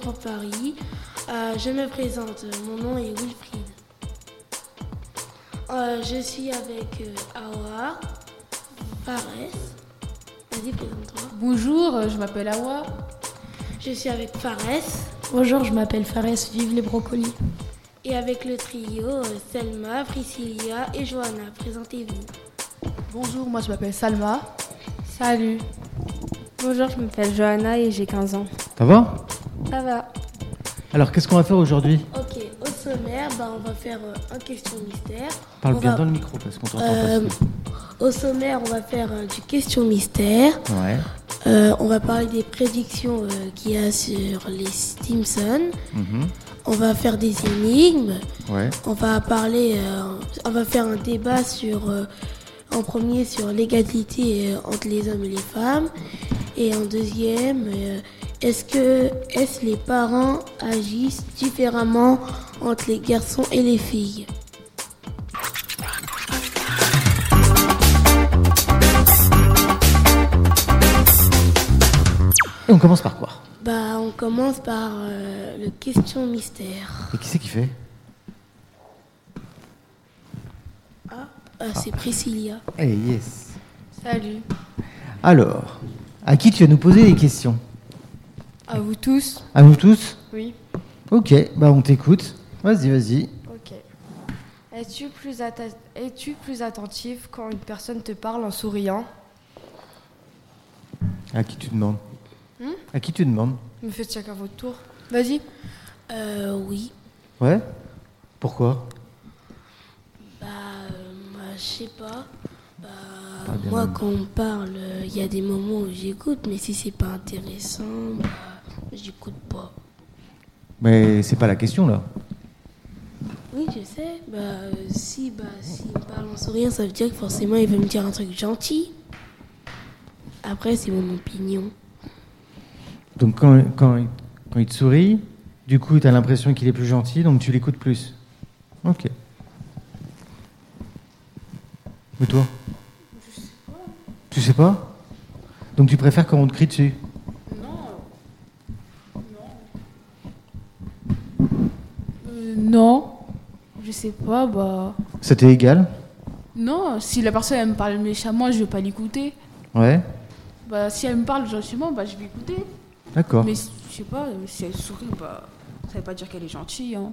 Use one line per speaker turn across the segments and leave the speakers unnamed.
pour Paris. Euh, je me présente, mon nom est Wilfried. Euh, je suis avec euh, Awa, Fares. Vas-y, présente-toi.
Bonjour, euh, je m'appelle Awa.
Je suis avec Fares
Bonjour, je m'appelle Fares, vive les brocolis.
et avec le trio euh, Selma, Priscilla et Johanna. Présentez-vous.
Bonjour, moi je m'appelle Salma.
Salut.
Bonjour, je m'appelle Johanna et j'ai 15 ans.
Ça va
Ça va.
Alors, qu'est-ce qu'on va faire aujourd'hui
Ok, au sommaire, bah, on va faire euh, un question mystère.
Parle
On
bien
va-
dans le micro parce qu'on t'entend
Euh,
pas.
au sommaire, on va faire euh, du question mystère.
souvent. Ouais.
Euh, on va parler des prédictions euh, qu'il y a sur les Simpsons.
mhm,
On va faire des énigmes.
Ouais.
On va parler, euh, on va faire un débat sur, euh, en premier sur l'égalité euh, entre les hommes et les femmes, et en deuxième, euh, est-ce que est-ce les parents agissent différemment entre les garçons et les filles
Et on commence par quoi
Bah, on commence par euh, le question mystère.
Et qui c'est qui fait
Ah, c'est Priscilla.
Eh yes.
Salut.
Alors, à qui tu vas nous poser des questions
À vous tous.
À nous tous
Oui.
Ok, bah on t'écoute. Vas-y, vas-y.
Ok. Es-tu plus, atta- es-tu plus attentif quand une personne te parle en souriant
À qui tu demandes
Hmm
À qui tu demandes
Me faites chacun votre tour.
Vas-y.
Euh, oui.
Ouais Pourquoi
Bah, euh, moi, je sais pas. Bah,
Pas bien
moi,
même.
quand on parle, il y a des moments où j'écoute, mais si c'est pas intéressant, bah, j'écoute pas.
Mais c'est pas la question là.
Oui, je sais. Bah, euh, si, bah, s'il me parle en souriant, ça veut dire que forcément, il veut me dire un truc gentil. Après, c'est mon opinion.
Donc quand, quand, il- quand il te sourit, du coup t'as l'impression qu'il est plus gentil, donc tu l'écoutes plus. Ok. Mais toi Tu sais pas Donc tu préfères quand on te crie dessus
Euh, non. Je sais pas, bah.
Ça t'est égal
Non, si la personne elle me parle méchamment, je vais pas l'écouter.
Ouais
Bah, si elle me parle gentiment, bah, je vais écouter.
D'accord.
Mais je sais pas, euh, si elle sourit, bah, ça veut pas dire qu'elle est gentille. Hein.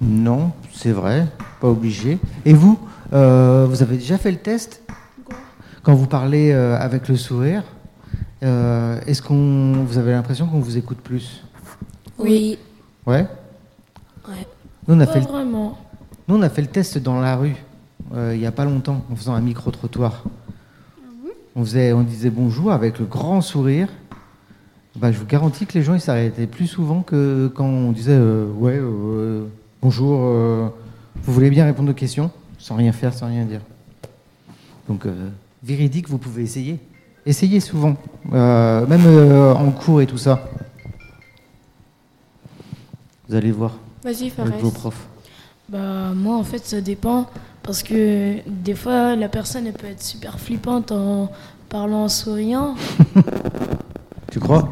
Non, c'est vrai, pas obligé. Et vous, euh, vous avez déjà fait le test Quand vous parlez euh, avec le sourire, euh, est-ce qu'on, vous avez l'impression qu'on vous écoute plus
Oui.
Ouais.
Ouais.
Nous on a
Pas
fait, le,
vraiment.
nous, on a fait le test dans la rue euh, il y a pas longtemps en faisant un micro trottoir.
Ah
On faisait, on disait bonjour avec le grand sourire. Bah, je vous garantis que les gens ils s'arrêtaient plus souvent que quand on disait euh, ouais euh, bonjour. euh, vous voulez bien répondre aux questions sans rien faire, sans rien dire. Donc euh, véridique, vous pouvez essayer. Essayez souvent, euh, même euh, en cours et tout ça. Vous allez voir
Vas-y, Fares.
avec vos profs.
Bah moi en fait ça dépend parce que des fois la personne elle peut être super flippante en parlant en souriant.
Tu crois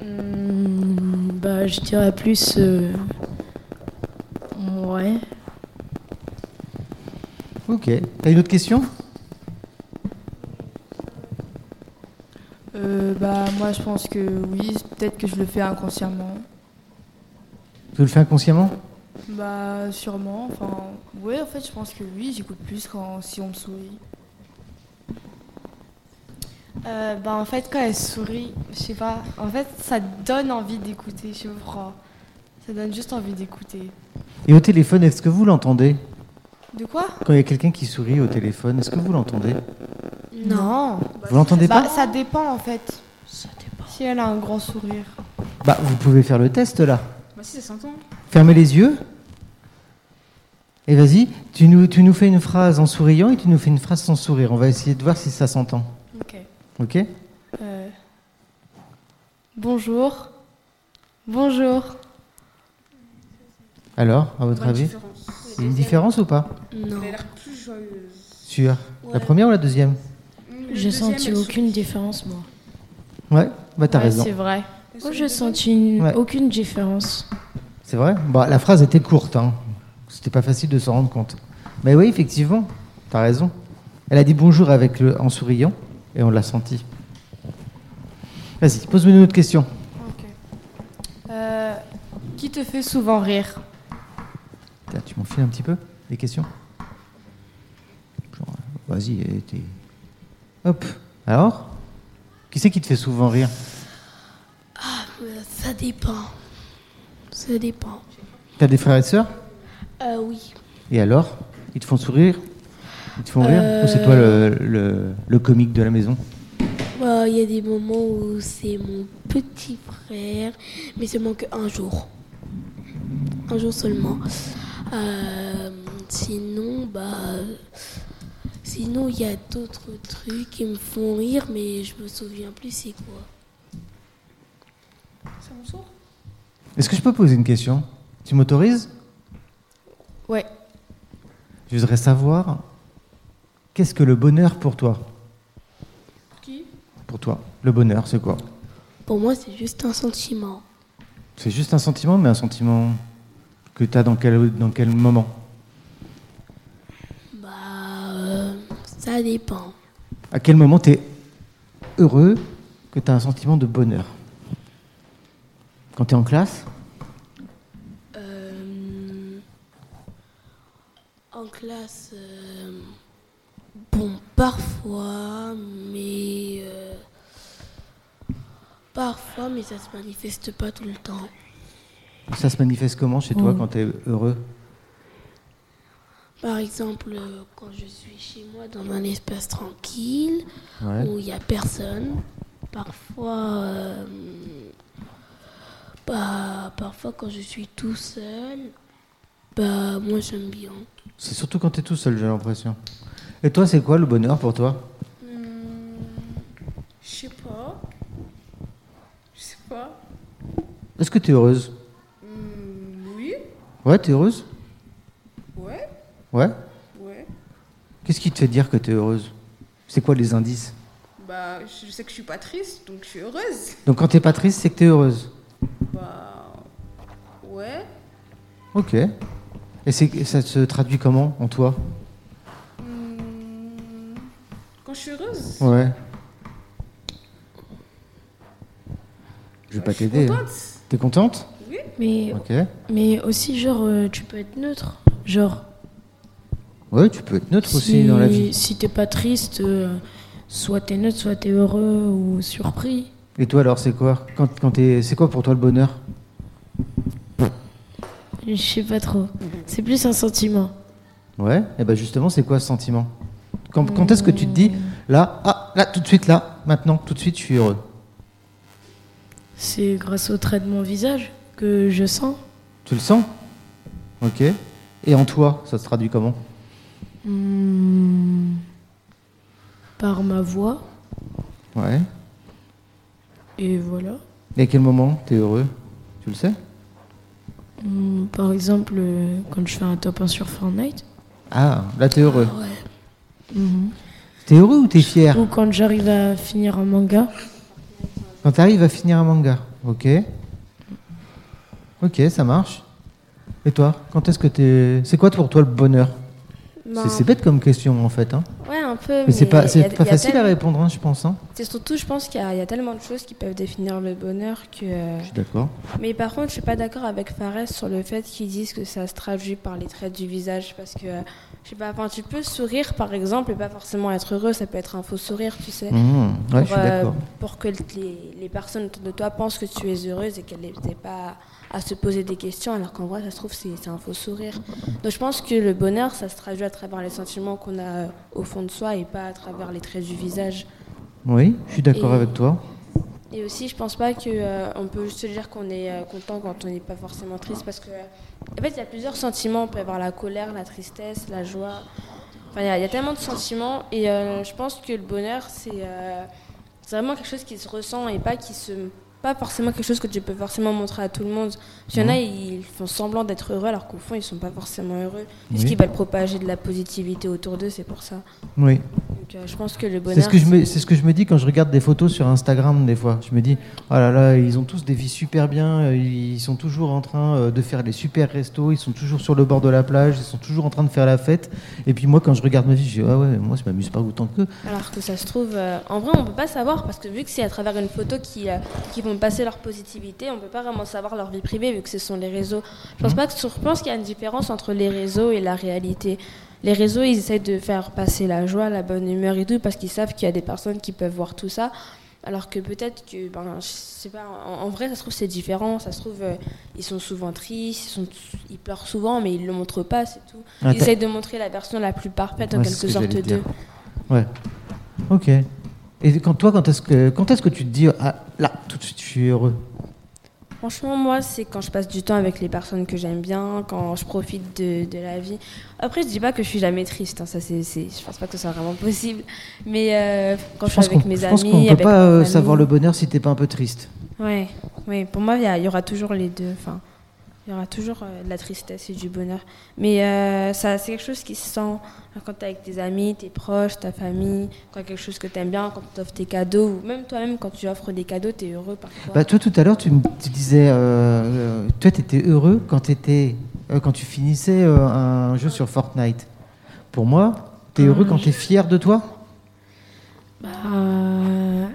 Hmm, bah je dirais plus euh, ouais.
Ok. T'as une autre question
Euh, bah moi je pense que oui, peut-être que je le fais inconsciemment.
Tu le fais inconsciemment
Bah sûrement, enfin ouais en fait je pense que oui, j'écoute plus quand si on me sourit.
Euh, bah, en fait, quand elle sourit, je sais pas, en fait, ça donne envie d'écouter, je crois. Ça donne juste envie d'écouter.
Et au téléphone, est-ce que vous l'entendez
De quoi
Quand il y a quelqu'un qui sourit au téléphone, est-ce que vous l'entendez
Non.
Vous l'entendez
Bah,
pas
ça dépend en fait. Si elle a un grand sourire.
Bah, vous pouvez faire le test là.
Bah, si ça s'entend.
Fermez les yeux. Et vas-y, tu nous, tu nous fais une phrase en souriant et tu nous fais une phrase sans sourire. On va essayer de voir si ça s'entend.
Ok.
Ok
Euh, Bonjour. Bonjour.
Alors, à votre avis Il y a une différence ou pas
Non.
Sûr. La
Ouais.
première ou la deuxième
J'ai senti aucune différence moi.
Ouais, bah t'as
Ouais,
raison.
C'est vrai. Oh,
Moi, je senti une-
Ouais.
aucune différence.
C'est vrai Bon, La phrase était courte, hein. c'était pas facile de s'en rendre compte. Mais oui, effectivement, t'as raison. Elle a dit bonjour avec le, en souriant et on l'a senti. Vas-y, pose-moi une autre question.
Euh, qui te fait souvent rire
Tiens, tu m'enfiles un petit peu des questions Genre, Vas-y, et t'es- Hop. Alors Qui c'est qui te fait souvent rire
Euh, Ça dépend. Ça dépend.
T'as des frères et sœurs
Ah oui.
Et alors Ils te font sourire Ils te font rire
Euh.
Ou c'est toi le, le, le comique de la maison
Bah, Il y a des moments où c'est mon petit frère, mais seulement qu'un jour. Un jour seulement. Euh, sinon, bah. Sinon, il y a d'autres trucs qui me font rire, mais je me souviens plus c'est quoi.
Est-ce que je peux poser une question Tu m'autorises
Ouais.
Je voudrais savoir qu'est-ce que le bonheur pour toi
Qui
Pour toi, le bonheur, c'est quoi
Pour moi, c'est juste un sentiment.
C'est juste un sentiment, mais un sentiment que tu as dans quel, dans quel moment
Bah. euh, ça dépend.
À quel moment tu es heureux que tu as un sentiment de bonheur Quand tu es en classe
Euh, en classe, euh, bon, parfois, mais euh, parfois, mais ça se manifeste pas tout le temps.
Ça se manifeste comment chez toi
Oh.
quand tu es heureux
Par exemple, euh, quand je suis chez moi dans un espace tranquille
Ouais.
où il y a personne, parfois, euh, bah, parfois quand je suis tout seul, bah, moi j'aime bien.
C'est surtout quand tu es tout seul, j'ai l'impression. Et toi, c'est quoi le bonheur pour toi
Hmm, Je sais pas. Je sais pas.
Est-ce que tu es heureuse
Hmm, oui.
Ouais, tu es heureuse
Ouais.
Ouais
Ouais.
Qu'est-ce qui te fait dire que tu es heureuse C'est quoi les indices
Bah, je sais que je suis pas triste, donc je suis heureuse.
Donc quand t'es pas triste, c'est que t'es heureuse.
Bah, ouais.
Ok. Et c'est- ça se traduit comment en toi
Mmh, Quand je suis heureuse,
Ouais. Je
je
vais pas
suis
t'aider. hein.
contente.
T'es contente
Mais,
Ok.
mais aussi, genre, euh, tu peux être neutre. Genre,
Ouais, tu peux être neutre aussi
si,
dans la vie.
si t'es pas triste, euh, soit t'es neutre, soit t'es heureux ou surpris.
Et toi alors, c'est quoi Quand, quand t'es- c'est quoi pour toi le bonheur
Je sais pas trop. C'est plus un sentiment.
Ouais. Et ben justement, c'est quoi ce sentiment Quand, quand est-ce que tu te dis là, ah, là, tout de suite, là, maintenant, tout de suite, je suis heureux.
C'est grâce au trait de mon visage que je sens.
Tu le sens Ok. Et en toi, ça se traduit comment
Hmm. Par ma voix.
Ouais.
Et voilà.
Et à quel moment t'es heureux Tu le sais
Hmm, Par exemple, euh, quand je fais un top 1 sur Fortnite.
Ah, là t'es heureux.
Ouais.
T'es heureux ou t'es fier
Ou quand j'arrive à finir un manga.
Quand t'arrives à finir un manga, ok Ok, ça marche. Et toi, quand est-ce que t'es... C'est quoi pour toi le bonheur
Ben,
C'est- C'est bête comme question en fait. Hein.
ouais, un peu.
Mais c'est pas,
y a-
c'est pas
y a
facile à
tellement-
répondre, hein, je pense. hein.
C'est surtout, je pense qu'il y, a- il y a tellement de choses qui peuvent définir le bonheur que. euh,
Je suis d'accord.
Mais par contre, je suis pas d'accord avec Fares sur le fait qu'ils disent que ça se traduit par les traits du visage parce que euh, je sais pas. Enfin, tu peux sourire par exemple et pas forcément être heureux. Ça peut être un faux sourire, tu sais.
Mmh, ouais, je suis
pour, euh,
d'accord.
pour que les, les personnes autour de toi pensent que tu es heureuse et qu'elles n'aient pas à se poser des questions, alors qu'en vrai, ça se trouve, c'est c'est un faux sourire. Donc je pense que le bonheur, ça se traduit à travers les sentiments qu'on a euh, au fond de soi et pas à travers les traits du visage.
Oui, je suis d'accord
et-
avec toi.
Et aussi, je pense pas qu'on peut juste se dire qu'on est euh, content quand on n'est pas forcément triste parce que, en fait, il y a plusieurs sentiments. On peut avoir la colère, la tristesse, la joie. Enfin, il y, a- il y a tellement de sentiments et euh, je pense que le bonheur, c'est euh, c'est vraiment quelque chose qui se ressent et pas qui se pas forcément quelque chose que tu peux forcément montrer à tout le monde. Parce qu'il y en a, ils font semblant d'être heureux alors qu'au fond, ils sont pas forcément heureux. Parce
Oui.
qu'ils veulent propager de la positivité autour d'eux, c'est pour ça.
Oui.
Donc euh, je pense que le
C'est
bonheur.
ce, que je me, c'est ce que je me dis quand je regarde des photos sur Instagram des fois. Je me dis, oh là là, ils ont tous des vies super bien, euh, ils sont toujours en train euh, de faire les super restos, ils sont toujours sur le bord de la plage, ils sont toujours en train de faire la fête. Et puis moi, quand je regarde ma vie, je dis, ah ouais, moi, je m'amuse pas autant qu'eux.
Alors que ça se trouve, euh, en vrai, on peut pas savoir parce que vu que c'est à travers une photo qui, euh, qui vont passer leur positivité, on peut pas vraiment savoir leur vie privée vu que ce sont les réseaux. Je
Mhm.
pense pas que je pense qu'il y a une différence entre les réseaux et la réalité. Les réseaux, ils essayent de faire passer la joie, la bonne humeur et tout parce qu'ils savent qu'il y a des personnes qui peuvent voir tout ça. Alors que peut-être que, ben, je sais pas, en, en vrai, ça se trouve, c'est différent. Ça se trouve, euh, ils sont souvent tristes, ils, sont, ils pleurent souvent, mais ils le montrent pas, c'est tout.
Ah,
Ils
t'as-
essayent de montrer la version la plus parfaite en
Ouais, c'est ce
quelque
que
sorte
j'allais
d'eux.
dire. Ouais. Ok. Et quand toi, quand est-ce que, quand est-ce que tu te dis, ah là, tout de suite, je suis heureux
Franchement, moi, c'est quand je passe du temps avec les personnes que j'aime bien, quand je profite de, de la vie. Après, je dis pas que je suis jamais triste, hein, ça, c'est, c'est- je pense pas que ce soit vraiment possible. Mais euh, quand je,
pense
suis avec
qu'on-
mes
je
amis,
pense qu'on peut
avec
pas
ma
euh,
famille-
savoir le bonheur si t'es pas un peu triste.
Ouais, ouais. Pour moi, il y, a- il y aura toujours les deux. Enfin, il y aura toujours euh, de la tristesse et du bonheur. Mais euh, ça, c'est quelque chose qui se sent hein, quand t'es avec tes amis, tes proches, ta famille, quand il y a quelque chose que t'aimes bien, quand t'offres tes cadeaux, ou même toi-même quand tu offres des cadeaux, t'es heureux parfois.
Bah, toi, tout à l'heure, tu me tu disais, euh, euh, toi, tu étais heureux quand, t'étais- euh, quand tu finissais euh, un jeu sur Fortnite. Pour moi, tu es heureux quand tu es fier de toi
Bah, euh,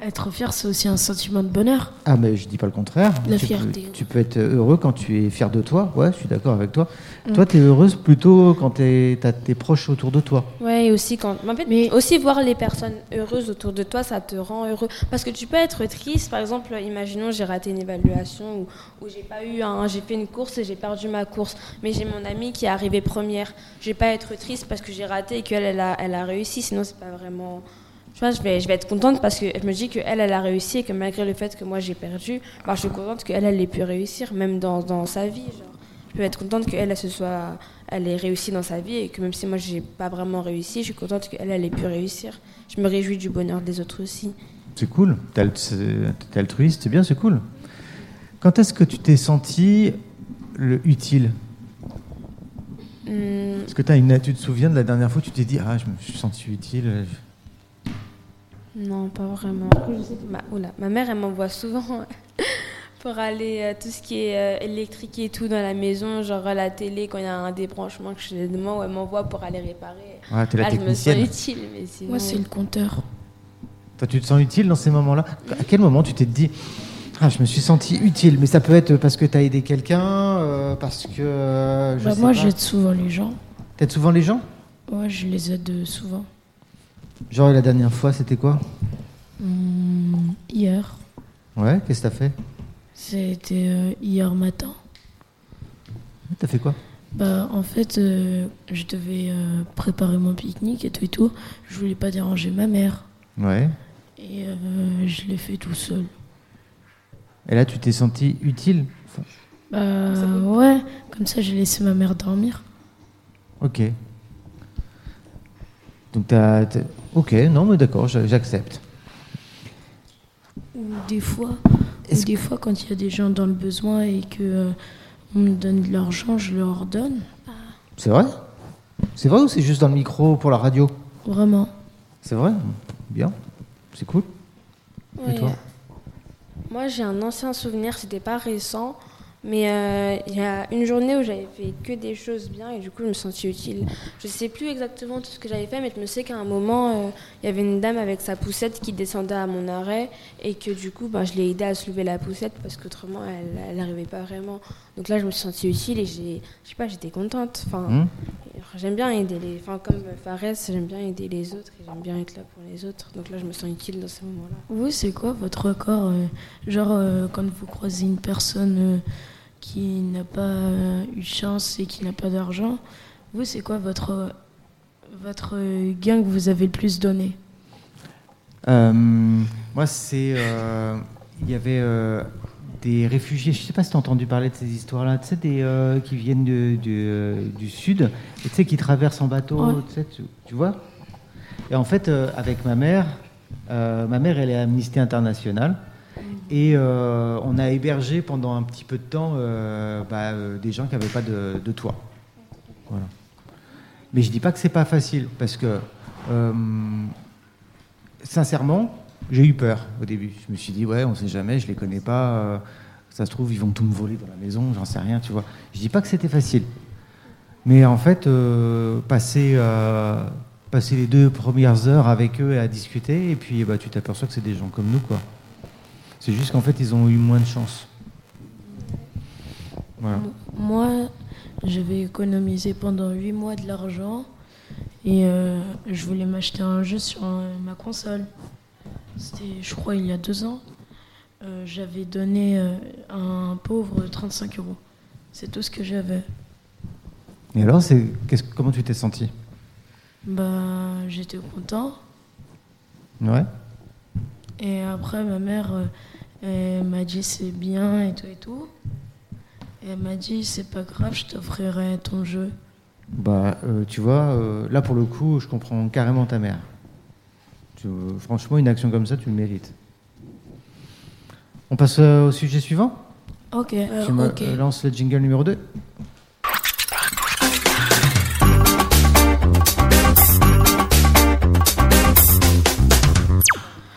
être fier, c'est aussi un sentiment de bonheur.
Ah, mais je dis pas le contraire.
La
tu
fierté.
Peux, tu peux être heureux quand tu es fier de toi. Ouais, je suis d'accord avec toi. Toi, tu es heureuse plutôt quand tu as tes proches autour de toi.
Ouais, et aussi quand. Mais en fait,
Mais-
aussi voir les personnes heureuses autour de toi, ça te rend heureux. Parce que tu peux être triste, par exemple, imaginons j'ai raté une évaluation ou, ou j'ai pas eu un. J'ai fait une course et j'ai perdu ma course. Mais j'ai mon amie qui est arrivée première. Je vais pas être triste parce que j'ai raté et qu'elle, elle a, elle a réussi. Sinon, c'est pas vraiment. Tu vois, je vais, je vais être contente parce que je me dis qu'elle, elle a réussi et que malgré le fait que moi j'ai perdu, bah, je suis contente qu'elle, elle ait pu réussir, même dans, dans sa vie. Genre. Je peux être contente qu'elle, elle se soit, elle ait réussi dans sa vie et que même si moi j'ai pas vraiment réussi, je suis contente qu'elle, elle ait pu réussir. Je me réjouis du bonheur des autres aussi.
C'est cool. T'es al- c'est- t'es altruiste, c'est bien, c'est cool. Quand est-ce que tu t'es senti le utile
Hum,
Est-ce que t'as une, tu te souviens de la dernière fois où tu t'es dit Ah, je me suis senti utile
non, pas vraiment. Je sais que ma, oula, ma mère, elle m'envoie souvent pour aller euh, tout ce qui est euh, électrique et tout dans la maison, genre à la télé quand il y a un débranchement que je chez moi, où elle m'envoie pour aller réparer.
Ah, t'es la
Là, je me sens
technicienne.
utile, mais sinon-
Moi, c'est le compteur.
Toi, tu te sens utile dans ces moments-là À quel moment tu t'es dit Ah, je me suis senti utile Mais ça peut être parce que tu as aidé quelqu'un, euh, parce que. euh, je
Bah,
sais
moi,
pas.
j'aide souvent les gens.
T'aides souvent les gens
Moi, je les aide euh, souvent.
Genre, la dernière fois, c'était quoi
Hum, hier,
Ouais, qu'est-ce que t'as fait
c'était euh, hier matin.
T'as fait quoi
Bah, en fait, euh, je devais euh, préparer mon pique-nique et tout et tout. Je voulais pas déranger ma mère.
Ouais.
Et euh, je l'ai fait tout seul.
Et là, tu t'es senti utile Enfin,
Bah, ouais, comme ça, j'ai laissé ma mère dormir.
Ok. Donc, t'as. t'as- Ok, non, mais d'accord, je- j'accepte.
Ou des fois, ou
Est-ce
des fois quand il y a des gens dans le besoin et que euh, on me donne de l'argent, je leur donne.
C'est vrai C'est vrai ou c'est juste dans le micro pour la radio
Vraiment.
C'est vrai Bien. C'est cool.
Ouais.
Et toi
Moi, j'ai un ancien souvenir, c'était pas récent, mais euh, il y a une journée où j'avais fait que des choses bien et du coup, je me sentis utile. Je sais plus exactement tout ce que j'avais fait, mais je me sais qu'à un moment, euh, il y avait une dame avec sa poussette qui descendait à mon arrêt et que du coup, ben, je l'ai aidée à soulever la poussette parce qu'autrement, elle n'arrivait pas vraiment. Donc là, je me suis sentie utile et j'ai, je sais pas, j'étais contente. Enfin,
Hmm
j'aime bien aider les, enfin, comme Fares, j'aime bien aider les autres et j'aime bien être là pour les autres. Donc là, je me sens utile dans ce moment-là.
Vous, c'est quoi votre record euh, Genre, euh, quand vous croisez une personne euh, qui n'a pas euh, eu chance et qui n'a pas d'argent, vous, c'est quoi votre, euh, votre euh, gain que vous avez le plus donné
Euh, moi, c'est. euh, Il y avait euh, des réfugiés, je sais pas si tu as entendu parler de ces histoires-là, tu sais, des, euh, qui viennent de- du, euh, du sud, et tu sais, qui traversent en bateau,
Ouais.
tu, sais, tu, tu vois Et en fait, euh, avec ma mère, euh, ma mère, elle est Amnesty International. Et euh, on a hébergé pendant un petit peu de temps euh, bah, euh, des gens qui n'avaient pas de, de toit. Voilà. Mais je dis pas que c'est pas facile parce que euh, sincèrement, j'ai eu peur au début. Je me suis dit, ouais, on sait jamais, je les connais pas. euh, ça se trouve, ils vont tout me voler dans la maison, j'en sais rien, tu vois. Je dis pas que c'était facile. Mais en fait, euh, passer, euh, passer les deux premières heures avec eux à discuter, et puis eh ben, tu t'aperçois que c'est des gens comme nous, quoi. C'est juste qu'en fait, ils ont eu moins de chance. Voilà.
Moi, je vais économiser pendant 8 mois de l'argent et euh, je voulais m'acheter un jeu sur euh, ma console. C'était, je crois, il y a deux ans. Euh, j'avais donné euh, à un pauvre 35 euros. C'est tout ce que j'avais.
Et alors, c'est, qu'est-ce- comment tu t'es senti
Bah, j'étais content.
Ouais.
Et après, ma mère euh, elle m'a dit c'est bien et tout et tout. Et elle m'a dit c'est pas grave, je t'offrirai ton jeu.
Bah, euh, tu vois, euh, là pour le coup, je comprends carrément ta mère. Tu- euh, franchement, une action comme ça, tu le mérites. On passe euh, au sujet suivant
Ok.
Euh,
Tu me
ok.
euh, lances le jingle numéro 2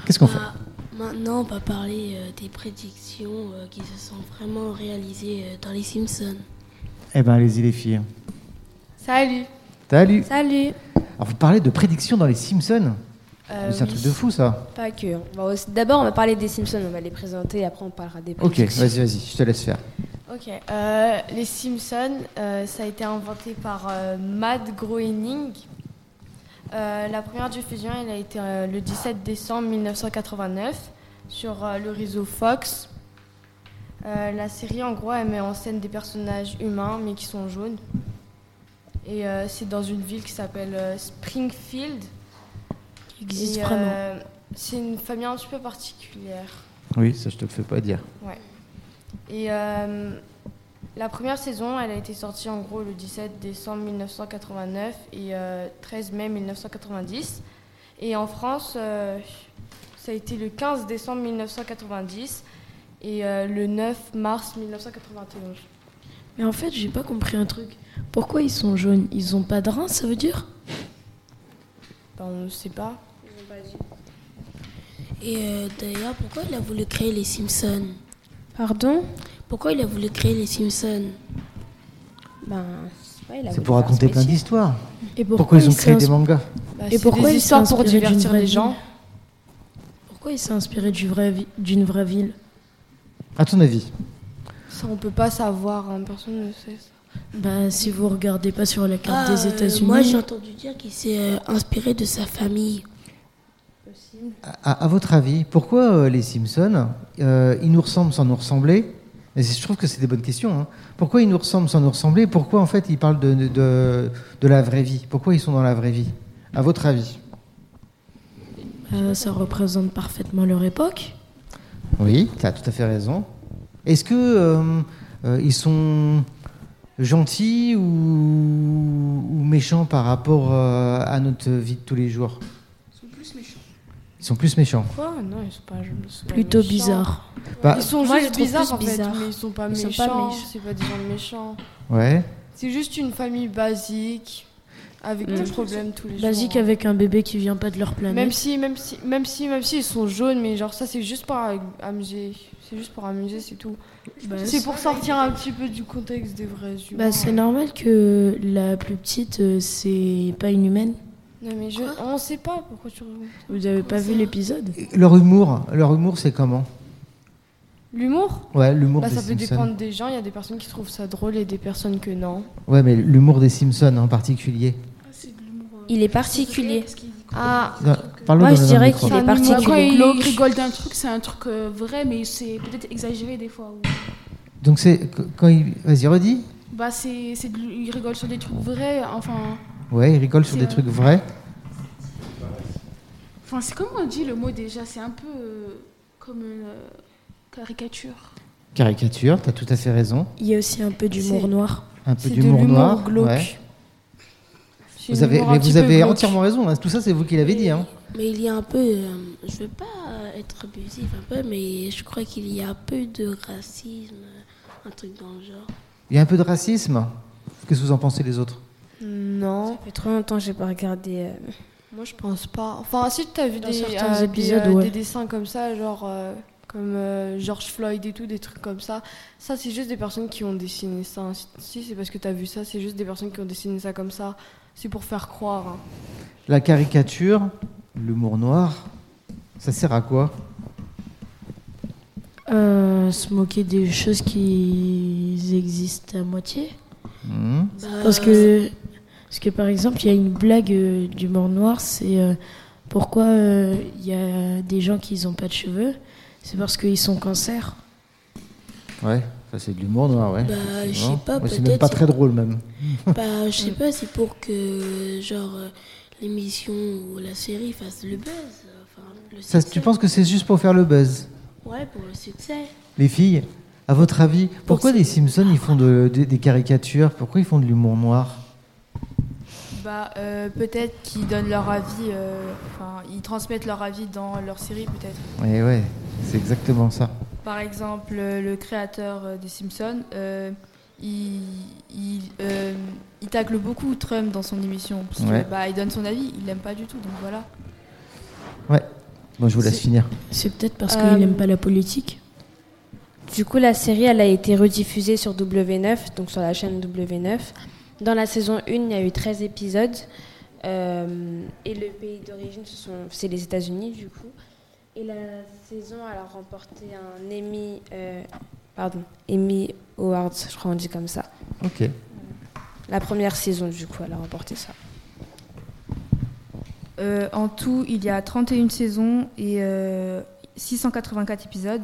Qu'est-ce qu'on fait
Ah, Maintenant, on va parler euh, des prédictions euh, qui se sont vraiment réalisées euh, dans les Simpsons.
Eh ben, allez-y les filles.
Salut
Salut
Salut
Alors, vous parlez de prédictions dans les Simpsons
Euh,
C'est un
oui,
truc de fou, ça.
Pas que. On va aussi- D'abord, on va parler des Simpsons, on va les présenter, et après on parlera des
Ok,
prédictions.
vas-y, vas-y, je te laisse faire.
Ok, euh, les Simpsons, euh, ça a été inventé par euh, Matt Groening. Euh, la première diffusion, elle a été euh, le 17 décembre 1989 sur euh, le réseau Fox. Euh, la série, en gros, elle met en scène des personnages humains, mais qui sont jaunes. Et euh, c'est dans une ville qui s'appelle euh, Springfield.
Qui existe
Et,
vraiment.
euh, c'est une famille un petit peu particulière.
Oui, ça, je te le fais pas dire.
Et euh, la première saison, elle a été sortie en gros le 17 décembre 1989 et euh, 13 mai 1990. Et en France, euh, ça a été le 15 décembre 1990 et euh, le 9 mars 1991.
Mais en fait, j'ai pas compris un truc. Pourquoi ils sont jaunes Ils ont pas de reins, ça veut dire
Ben, on ne sait pas.
Et euh, d'ailleurs, pourquoi il a voulu créer les Simpsons
Pardon
Pourquoi il a voulu créer les Simpsons
Ben, c'est pas, il a
C'est
voulu
pour
faire
raconter plein
spécial.
d'histoires.
Et
Pourquoi ils ont
se
créé des
inspi-
mangas
Bah,
Et pourquoi
des
ils
histoires
sont
pour
inspirés
divertir
d'une
les gens
vraie Pourquoi ils s'est inspiré du vrai vi- d'une vraie ville
À ton avis
Ça, on peut pas savoir, hein, personne ne sait. ça.
Bah, si vous regardez pas sur la carte
Ah,
des
euh,
États-Unis.
Moi, j'ai entendu dire qu'il s'est euh, inspiré de sa famille.
à, à votre avis, pourquoi euh, les Simpsons, euh, ils nous ressemblent sans nous ressembler Et Je trouve que c'est des bonnes questions. hein. Pourquoi ils nous ressemblent sans nous ressembler Pourquoi en fait ils parlent de, de- de, de la vraie vie Pourquoi ils sont dans la vraie vie À votre avis
Euh, ça représente parfaitement leur époque.
Oui, tu as tout à fait raison. Est-ce que euh, euh, ils sont gentils ou, ou méchants par rapport euh, à notre vie de tous les jours Ils sont plus méchants. Ils sont plus méchants.
Quoi Non, ils sont pas. ils sont pas
Plutôt
méchants.
bizarre.
Bah,
Ils sont
Moi, je
juste
trouve
bizarres
plus
en fait,
bizarre.
mais ils sont pas
Ils sont pas
méchants.
méchants.
C'est pas des gens méchants.
ouais.
C'est juste une famille basique,
Mm.
avec des problèmes tous les
Basique
jours.
avec un bébé qui vient pas de leur planète.
Même si, même si, même si, même si ils sont jaunes, mais genre ça c'est juste pour amuser, c'est juste pour amuser, c'est tout.
Bah,
C'est pour sortir un petit peu du contexte des vrais humains.
Bah, c'est normal que la plus petite, euh, c'est pas une humaine.
Non mais je, on sait pas pourquoi tu.
Vous avez pas vu l'épisode
Et Leur humour, leur humour, c'est comment
L'humour.
Ouais, l'humour
Bah,
des
ça peut
Simpsons.
dépendre des gens. Il y a des personnes qui trouvent ça drôle et des personnes que non.
Ouais, mais l'humour des Simpsons en particulier.
Il est particulier.
Ah,
Non, Parle-le
Moi,
dans
je
le
dirais
micro.
qu'il est
Moi, Quand
particulier.
il rigole d'un truc, c'est un truc euh, vrai, mais c'est peut-être exagéré des fois. ou-
Donc c'est qu- quand il... Vas-y, redis.
Bah, c'est, c'est de- il rigole sur des trucs vrais, enfin...
Ouais, il rigole sur
C'est
des
un-
trucs vrais.
Enfin, c'est comme on dit le mot déjà, c'est un peu euh, comme une euh, caricature.
Caricature, t'as tout à fait raison.
Il y a aussi un peu d'humour
C'est-
noir.
Un peu
C'est de
d'humour
l'humour
noir.
glauque.
ouais.
c'est
Vous
un
avez,
humour un
mais
petit
vous
peu
avez
glauque.
entièrement raison. hein. Tout ça, c'est vous qui l'avez dit. Hein.
Mais il y a un peu, euh, je veux pas euh, être abusif un peu, mais je crois qu'il y a un peu de racisme, un truc dans le genre.
Il y a un peu de racisme. Qu'est-ce que vous en pensez les autres
Non.
Ça fait trop longtemps que j'ai pas regardé. euh,
Moi, je pense pas. Enfin, si tu as vu
Dans
des,
certains
des,
épisodes,
euh,
ouais.
des dessins comme ça, genre euh, comme euh, George Floyd et tout, des trucs comme ça. Ça, c'est juste des personnes qui ont dessiné ça. hein. Si- Si, c'est parce que tu as vu ça, c'est juste des personnes qui ont dessiné ça comme ça. C'est pour faire croire. hein.
La caricature, l'humour noir, ça sert à quoi
Euh, se moquer des choses qui existent à moitié.
Hmm
Parce que, parce que par exemple, il y a une blague euh, du mort noir, c'est euh, pourquoi euh, il y a des gens qui n'ont pas de cheveux C'est parce qu'ils sont cancer.
Ouais, ça c'est de l'humour noir, ouais.
Bah, je sais
effectivement.
pas,
Ouais, C'est
peut-être
même pas
c'est-
très drôle même.
Bah, je sais pas, c'est pour que genre euh, l'émission ou la série fasse le buzz. euh, Enfin, le
Ça,
succès.
tu penses que c'est juste pour faire le buzz
Ouais, pour le succès.
Les filles, à votre avis, pourquoi
que-
les Simpsons ils font de- des- des caricatures Pourquoi ils font de l'humour noir
Bah, euh, peut-être qu'ils donnent leur avis, euh, enfin, ils transmettent leur avis dans leur série, peut-être.
Ouais, Eh ouais, c'est exactement ça.
Par exemple, euh, le créateur euh, des Simpsons, euh, il, il, euh, il tacle beaucoup Trump dans son émission, parce que,
Ouais.
bah, il donne son avis, il l'aime pas du tout, donc voilà.
Bon, je vous laisse
C'est-
finir.
C'est peut-être parce
Euh,
qu'ils n'aiment pas la politique.
Du coup, la série, elle a été rediffusée sur W9, donc sur la chaîne W9. Dans la saison 1, il y a eu 13 épisodes. Euh, et le pays d'origine, ce sont, c'est les États-Unis, du coup. Et la saison, elle a remporté un Emmy, euh, pardon, Emmy Awards, je crois on dit comme ça.
Ok.
La première saison, du coup, elle a remporté ça.
Euh, en tout, il y a 31 saisons et euh, 684 épisodes.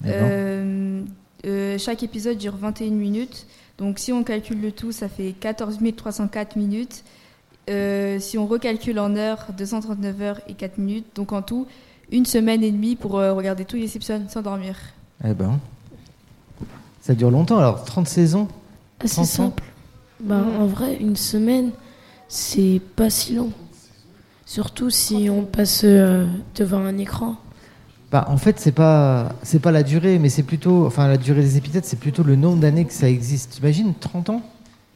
D'accord.
Euh, euh, chaque épisode dure 21 minutes. Donc si on calcule le tout, ça fait 14 304 minutes. Euh, si on recalcule en heures, 239 heures et 4 minutes. Donc en tout, une semaine et demie pour euh, regarder tous les Simpsons sans dormir.
Eh ben. Ça dure longtemps alors, 30 saisons
Assez
30 ans
simple. Ah, Bah, En vrai, une semaine, c'est pas si long. Surtout si on passe euh, devant un écran.
Bah, en fait, c'est pas c'est pas la durée, mais c'est plutôt enfin la durée des épisodes, c'est plutôt le nombre d'années que ça existe. T'imagines 30 ans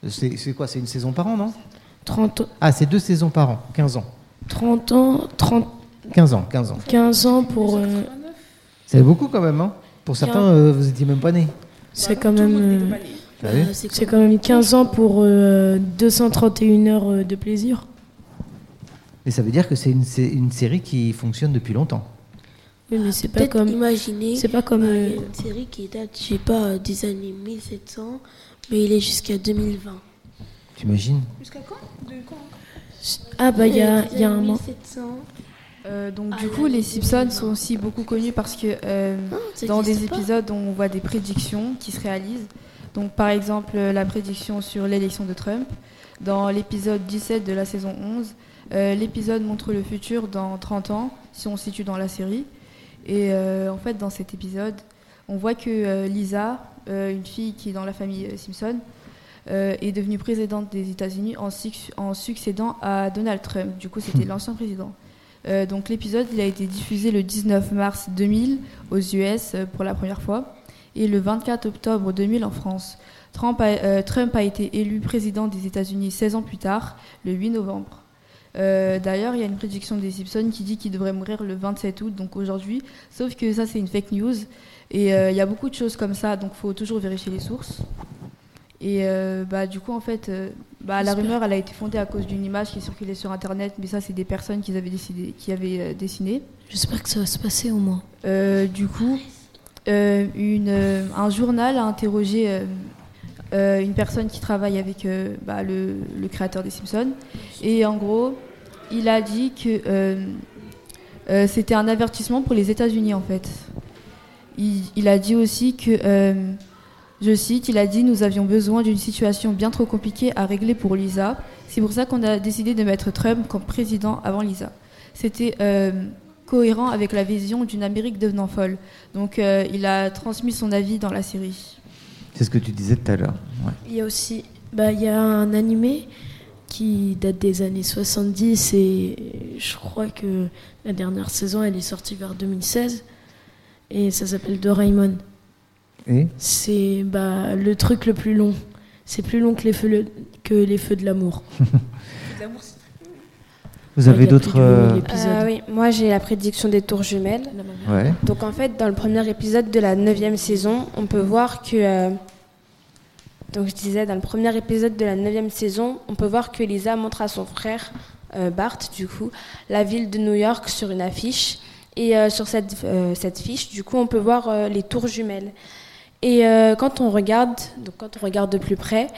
C'est c'est quoi C'est une saison par an, non
30,
Ah, c'est deux saisons par an, 15 ans.
30 ans, 30,
15 ans, 15 ans.
15 ans pour. euh,
C'est beaucoup quand même hein. Pour certains, euh, vous étiez même pas nés.
c'est quand même. euh,
T'as vu
Bah, c'est
C'est
comme-
quand même 15 ans pour euh, 231 heures euh, de plaisir.
Mais ça veut dire que c'est une, sé- une série qui fonctionne depuis longtemps.
Oui, mais c'est pas
Peut-être
comme.
imaginer.
C'est pas comme.
Bah, il
euh,
y a une série qui date, je sais pas, euh, des années 1700, mais il est jusqu'à 2020.
T'imagines
Jusqu'à quand De quand
Ah, bah, il y
Euh,
a, il y a un mois.
1700.
Euh, donc
Ah,
du
là,
coup,
là,
les
là,
Simpsons
là.
sont aussi beaucoup connus parce que euh,
Non, Ah, ça
dans des
existe pas.
épisodes, on voit des prédictions qui se réalisent. Donc par exemple, euh, la prédiction sur l'élection de Trump dans l'épisode 17 de la saison 11. Euh, l'épisode montre le futur dans 30 ans, si on se situe dans la série. Et euh, en fait, dans cet épisode, on voit que euh, Lisa, euh, une fille qui est dans la famille euh, Simpson, euh, est devenue présidente des États-Unis en, suc- en succédant à Donald Trump. Du coup, c'était l'ancien président. Euh, donc l'épisode, il a été diffusé le 19 mars 2000 aux US euh, pour la première fois et le 24 octobre 2000 en France. Trump a, euh, Trump a été élu président des États-Unis 16 ans plus tard, le 8 novembre. Euh, D'ailleurs, il y a une prédiction des Simpsons qui dit qu'il devrait mourir le 27 août, donc aujourd'hui. Sauf que ça, c'est une fake news. Et euh, il y a beaucoup de choses comme ça, donc faut toujours vérifier les sources. Et euh, bah, du coup, en fait, euh, bah, la rumeur, elle a été fondée à cause d'une image qui circulait sur Internet, mais ça, c'est des personnes qui avaient, décidé, qui avaient euh, dessiné.
J'espère que ça va se passer au moins.
Euh, du coup, euh, une, euh, un journal a interrogé euh, euh, une personne qui travaille avec euh, bah, le, le créateur des Simpsons. Et en gros, il a dit que euh, euh, c'était un avertissement pour les États-Unis, en fait. Il, il a dit aussi que, euh, je cite, il a dit Nous avions besoin d'une situation bien trop compliquée à régler pour Lisa. C'est pour ça qu'on a décidé de mettre Trump comme président avant Lisa. C'était. euh, cohérent avec la vision d'une Amérique devenant folle. Donc euh, il a transmis son avis dans la série.
C'est ce que tu disais tout à l'heure. Ouais.
Il y a aussi. Bah, il y a un animé qui date des années 70 et je crois que la dernière saison, elle est sortie vers 2016. Et ça s'appelle Doraemon.
Et
C'est bah, le truc le plus long. C'est plus long que les feux, le- que les feux de l'amour.
Vous avez d'autres. euh,
Ah
Euh, oui, moi j'ai la prédiction des tours jumelles.
Ouais.
Donc en fait, dans le premier épisode de la neuvième saison, on peut voir que... euh, donc je disais, dans le premier épisode de la neuvième saison, on peut voir que Lisa montre à son frère, euh, Bart du coup, la ville de New York sur une affiche. Et euh, sur cette, euh, cette fiche, du coup, on peut voir euh, les tours jumelles. Et euh, quand on regarde, donc quand on regarde de plus près,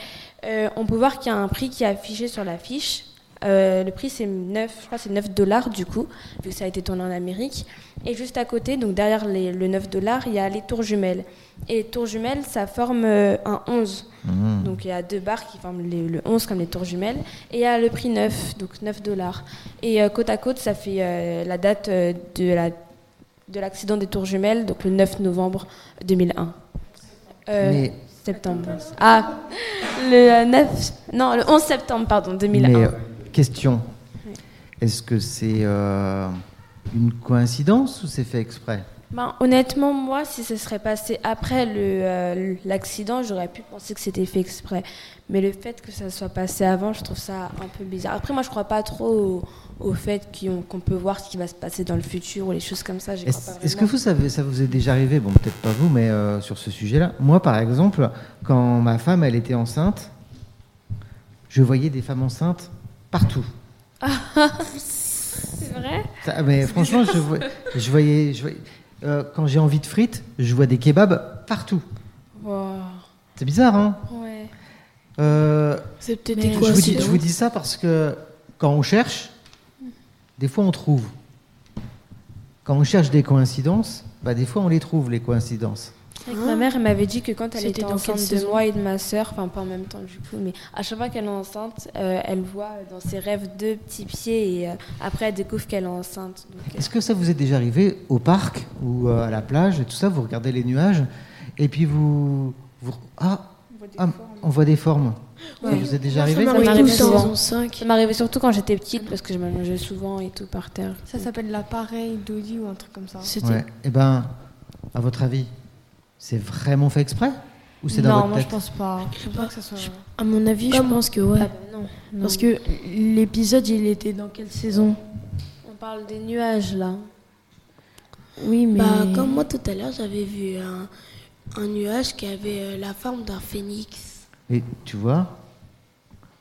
euh, on peut voir qu'il y a un prix qui est affiché sur l'affiche. Euh, le prix c'est 9, je crois que c'est 9 dollars du coup, vu que ça a été tourné en Amérique. Et juste à côté, donc derrière les- le 9 dollars, il y a les tours jumelles. Et les tours jumelles, ça forme euh, un 11.
Mhm.
Donc il y a deux barres qui forment les- le 11 comme les tours jumelles. Et il y a le prix 9, donc 9 dollars. Et euh, côte à côte, ça fait euh, la date euh, de la de l'accident des tours jumelles, donc le 9 novembre 2001. Euh,
Mais-
Septembre. Ah, le euh, 9, non, le 11 septembre, pardon, 2001.
Mais, euh, question. Est-ce que c'est euh, une coïncidence ou c'est fait exprès
Ben, honnêtement, moi, si ce serait passé après le, euh, l'accident, j'aurais pu penser que c'était fait exprès. Mais le fait que ça soit passé avant, je trouve ça un peu bizarre. Après, moi, je crois pas trop au, au fait qu'on, qu'on peut voir ce qui va se passer dans le futur ou les choses comme ça. j'y crois
Est-ce
pas
est-ce que
vraiment.
vous savez, ça vous est déjà arrivé Bon, peut-être pas vous, mais euh, sur ce sujet-là. Moi, par exemple, quand ma femme, elle était enceinte, je voyais des femmes enceintes partout.
C'est vrai
Ça- mais franchement, je, vois- je voyais. Je voyais- euh, quand j'ai envie de frites, je vois des kebabs partout. C'est bizarre, hein
Ouais.
Euh,
C'est peut-être
Mais je
des
je, vous dis,
coïncidences.
je vous dis ça parce que quand on cherche, des fois on trouve. Quand on cherche des coïncidences, bah, des fois on les trouve, les coïncidences.
C'est vrai que ma mère, elle m'avait dit que quand elle
C'était
était
dans quelle
enceinte de
saison
moi et de ma sœur, enfin pas en même temps du coup, mais à chaque fois qu'elle est enceinte, euh, elle voit dans ses rêves deux petits pieds et euh, après elle découvre qu'elle est enceinte. Donc, euh,
Est-ce que ça vous est déjà arrivé au parc ou euh, à la plage et tout ça Vous regardez les nuages et puis vous. vous- ah, ah, on voit des formes. Ça vous est déjà
Ça
arrivé
m'arrive
Ça
tout le
m'arrive
temps. Saison
souvent.
5.
Ça m'arrivait surtout quand j'étais petite parce que je me mangeais souvent et tout par terre.
Ça s'appelle l'appareil d'Oli ou un truc comme ça.
C'était
Ouais. Eh ben, à votre avis, c'est vraiment fait exprès Ou c'est dans
non,
votre
moi
tête
je pense pas. Je pense pas que ça soit.
À mon avis, je pense que ouais. Parce que l'épisode, il était dans quelle saison
On parle des nuages là.
Oui, mais.
Bah, comme moi tout à l'heure, j'avais vu un, un nuage qui avait euh, la forme d'un phénix.
Et tu vois,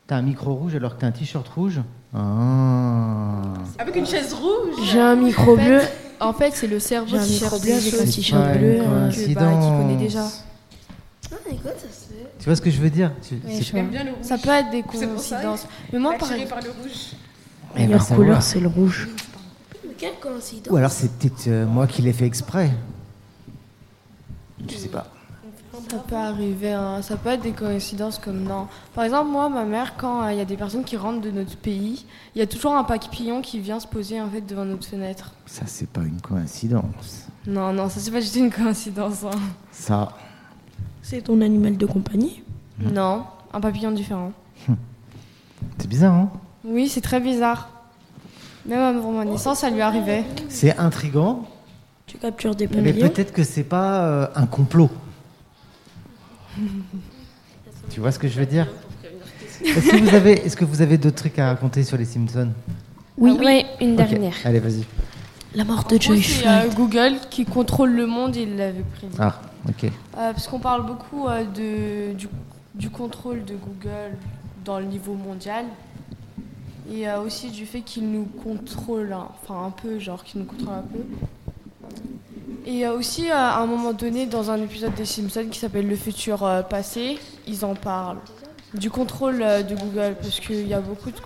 t'as un micro rouge alors que t'as un t-shirt rouge. Ah.
Avec une chaise rouge
J'ai un micro bleu.
En fait, c'est le cerveau
J'ai un
qui cherche
micro bleu
des
avec
choses
un
C'est
t-shirt
pas une
bleu,
euh,
hein,
que, bah, qu'il connaît
coïncidence.
déjà.
Ah, mais quoi ça se fait
Tu vois ce que je veux dire Tu-
Mais
c'est-
je
J'aime
vois.
bien le rouge.
Ça peut être des
C'est pour ça
coïncidences. Mais moi, par
Attiré par le rouge.
Eh
La
ben,
meilleure
ça
couleur,
va.
c'est le rouge.
Mais Quelle coïncidence
Ou alors c'est peut-être euh, moi qui l'ai fait exprès. Je sais pas.
Ça peut arriver, hein. ça peut être des coïncidences comme non. Par exemple, moi, ma mère, quand euh, il y a des personnes qui rentrent de notre pays, il y a toujours un papillon qui vient se poser en fait devant notre fenêtre.
Ça, c'est pas une coïncidence.
Non, non, ça c'est pas du tout une coïncidence. hein.
Ça.
C'est ton animal de compagnie
Non, un papillon différent.
C'est bizarre, hein
Oui, c'est très bizarre. Même avant ma naissance, ça lui arrivait.
C'est intrigant,
Tu captures des
mais
papillons
peut-être que c'est pas euh, un complot. tu vois ce que je veux dire Est-ce que vous avez, est-ce que vous avez d'autres trucs à raconter sur les Simpsons
Ah Oui, une
Ok,
dernière.
Allez, vas-y.
La mort de
Moi,
Joey
c'est euh,
Fry.
Google qui contrôle le monde, il l'avait pris.
Ah, ok.
Euh, parce qu'on parle beaucoup euh, de, du, du contrôle de Google dans le niveau mondial et euh, aussi du fait qu'il nous contrôle, hein, enfin un peu, genre qu'il nous contrôle un peu. Et euh, aussi, euh, à un moment donné, dans un épisode des Simpsons qui s'appelle Le futur euh, passé, ils en parlent du contrôle euh, de Google parce qu'il y a beaucoup de.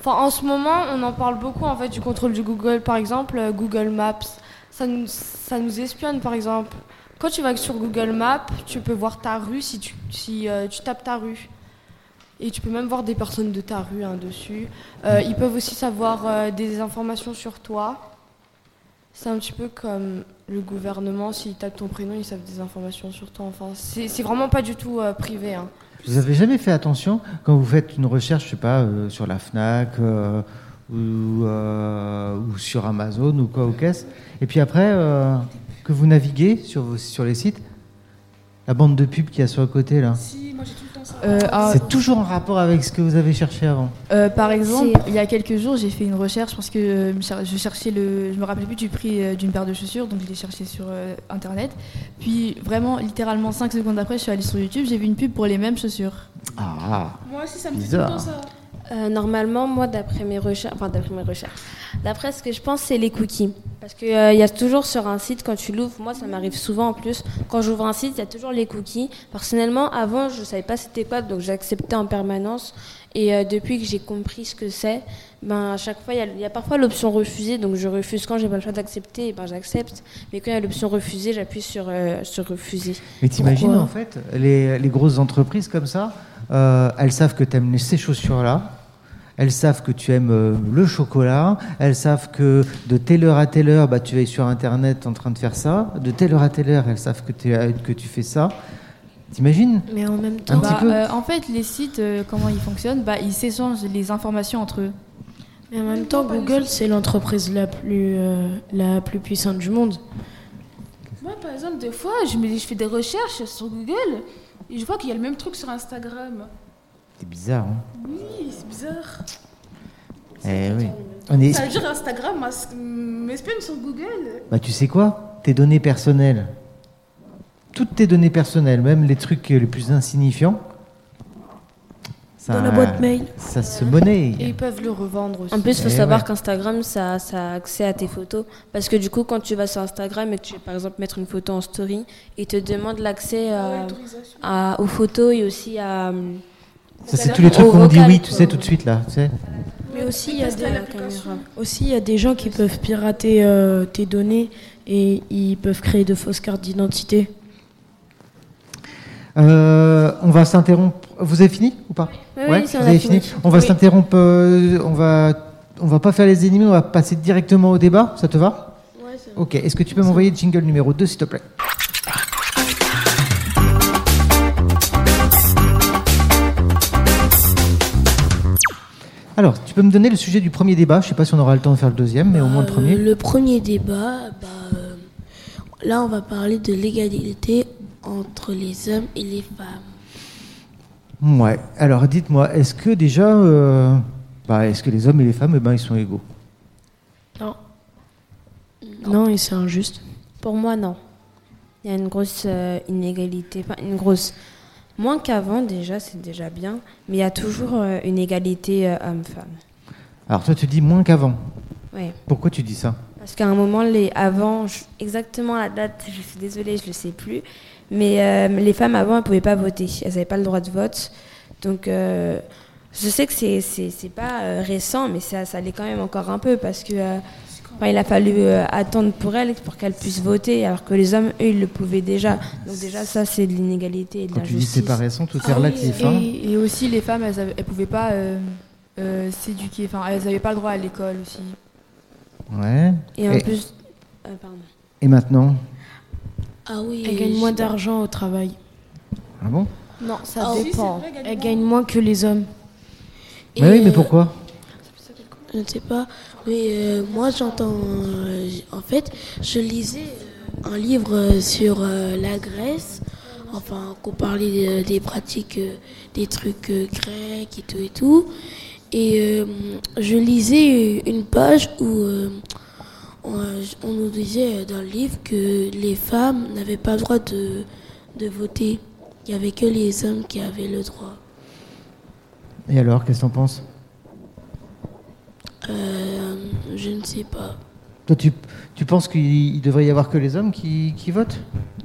Enfin, en ce moment, on en parle beaucoup en fait du contrôle de Google. Par exemple, euh, Google Maps, ça nous, ça nous espionne par exemple. Quand tu vas sur Google Maps, tu peux voir ta rue si tu, si, euh, tu tapes ta rue. Et tu peux même voir des personnes de ta rue hein, dessus. Euh, ils peuvent aussi savoir euh, des informations sur toi. C'est un petit peu comme le gouvernement, s'ils tapent ton prénom, ils savent des informations sur toi. Enfin, c'est c'est vraiment pas du tout euh, privé. hein.
Vous avez jamais fait attention quand vous faites une recherche, je sais pas, euh, sur la Fnac euh, ou, euh, ou sur Amazon ou quoi ou qu'est-ce, et puis après euh, que vous naviguez sur vos- sur les sites, La bande de pub qui a sur le côté là.
Si, moi j'ai tout le temps ça.
Euh, ah,
C'est toujours en rapport avec ce que vous avez cherché avant.
euh, par exemple, il y a quelques jours, j'ai fait une recherche parce que euh, je cher- je cherchais le, je me rappelais plus du prix euh, d'une paire de chaussures, donc je l'ai cherché sur euh, internet. Puis vraiment, littéralement 5 secondes après, je suis allée sur YouTube, j'ai vu une pub pour les mêmes chaussures.
Ah,
Moi aussi, ça me
Bizarre.
fait tout le temps ça.
Euh, normalement, moi, d'après mes recherches, enfin d'après mes recherches, d'après ce que je pense, c'est les cookies. Parce que euh, il y a toujours sur un site quand tu l'ouvres, moi ça m'arrive souvent en plus. Quand j'ouvre un site, il y a toujours les cookies. Personnellement, avant, je savais pas c'était quoi, donc j'acceptais en permanence. Et euh, depuis que j'ai compris ce que c'est, ben à chaque fois, il y a- il y, a parfois l'option refusée, donc je refuse quand j'ai pas le choix d'accepter, ben j'accepte. Mais quand il y a l'option refusée, j'appuie sur euh, sur refuser.
mais t'imagines
Pourquoi
en fait, les, les grosses entreprises comme ça, euh, elles savent que t'aimes ces chaussures-là, elles savent que tu aimes euh, le chocolat, elles savent que de telle heure à telle heure, bah, tu es sur Internet en train de faire ça, de telle heure à telle heure, elles savent que, t'es- euh, que tu fais ça. T'imagines
Mais en même
Un
temps,
petit
Bah,
peu.
euh, en fait, les sites, euh, comment ils fonctionnent Bah, ils s'échangent les informations entre eux.
Mais en même temps, Google, c'est l'entreprise la plus, euh, la plus puissante du monde.
Moi, par exemple, des fois, je, me- je fais des recherches sur Google et je vois qu'il y a le même truc sur Instagram.
C'est bizarre, hein
Oui, c'est bizarre.
Eh oui. On est
Ça veut dire Instagram euh, mas- m'espionne sur Google.
Bah tu sais quoi Tes données personnelles, toutes tes données personnelles, même les trucs les plus insignifiants, ça,
dans la boîte mail.
ça se monnaie.
Et ils peuvent le revendre aussi.
En plus, il faut
Eh
savoir
ouais.
qu'Instagram, ça, ça a accès à tes photos. Parce que du coup, quand tu vas sur Instagram et que tu veux par exemple mettre une photo en story, ils te demandent l'accès euh,
L'autorisation.
à- aux photos et aussi à.
Ça c'est tous les trucs
Au
qu'on dit
vocal,
oui, tu
quoi.
sais tout de suite là. Tu sais.
Mais aussi, il y a
Tester
des-
l'application.
Aussi, il y a des gens qui peuvent pirater euh, tes données et ils peuvent créer de fausses cartes d'identité.
Euh, on va s'interrompre. Vous avez fini ou pas
Oui,
Ouais,
oui, si
vous
on a
avez
fini.
On va
Oui.
s'interrompre. euh, on va, on va pas faire les ennemis. On va passer directement au débat. Ça te va
Ouais, c'est-
Ok. Est-ce que tu peux m'envoyer le jingle numéro 2 s'il te plaît Alors, tu peux me donner le sujet du premier débat. Je sais pas si on aura le temps de faire le deuxième, mais au moins le
Euh,
premier.
Le premier débat, bah, euh, là on va parler de l'égalité entre les hommes et les femmes.
Ouais. Alors dites-moi, est-ce que déjà, euh, bah, est-ce que les hommes et les femmes, eh ben, ils sont égaux
Non, et c'est injuste.
Pour moi, non. Il y a une grosse euh, inégalité. Enfin, une grosse. Moins qu'avant, déjà, c'est déjà bien. Mais il y a toujours euh, une égalité euh, homme-femme.
Alors toi, tu dis moins qu'avant.
Ouais.
Pourquoi tu dis ça
Parce qu'à un moment, les avant, je- exactement la date, je suis désolée, je ne le sais plus, mais euh, les femmes avant, elles ne pouvaient pas voter, elles n'avaient pas le droit de vote. Donc, euh, je sais que c'est c'est c'est pas euh, récent, mais ça, ça l'est quand même encore un peu, parce que euh, enfin, il a fallu euh, attendre pour elles, pour qu'elles puissent voter, alors que les hommes, eux, ils le pouvaient déjà. Donc déjà, ça, c'est de l'inégalité et de
Quand tu dis
l'injustice.
c'est pas récent, tout est
Ah oui,
relatif. hein.
et, et aussi, les femmes, elles, avaient- elles pouvaient pas euh, euh, s'éduquer. Enfin, elles n'avaient pas le droit à l'école aussi.
Ouais.
Et en
Et-
plus... euh, pardon.
Et maintenant
Ah oui.
Elles gagnent moins d'argent au travail.
Ah bon
Non, ça
Ah, si,
dépend.
Elles gagnent moins que les hommes.
Mais oui, mais
euh,
pourquoi
Je ne sais pas, mais euh, moi j'entends. euh, j- en fait, je lisais euh, un livre euh, sur euh, la Grèce, enfin, qu'on parlait euh, des pratiques, euh, des trucs euh, grecs et tout et tout. Et euh, je lisais une page où euh, on, on nous disait dans le livre que les femmes n'avaient pas le droit de, de voter. Il n'y avait que les hommes qui avaient le droit.
Et alors, qu'est-ce que t'en penses
Euh, je ne sais pas.
Toi, tu, tu penses qu'il il devrait y avoir que les hommes qui, qui votent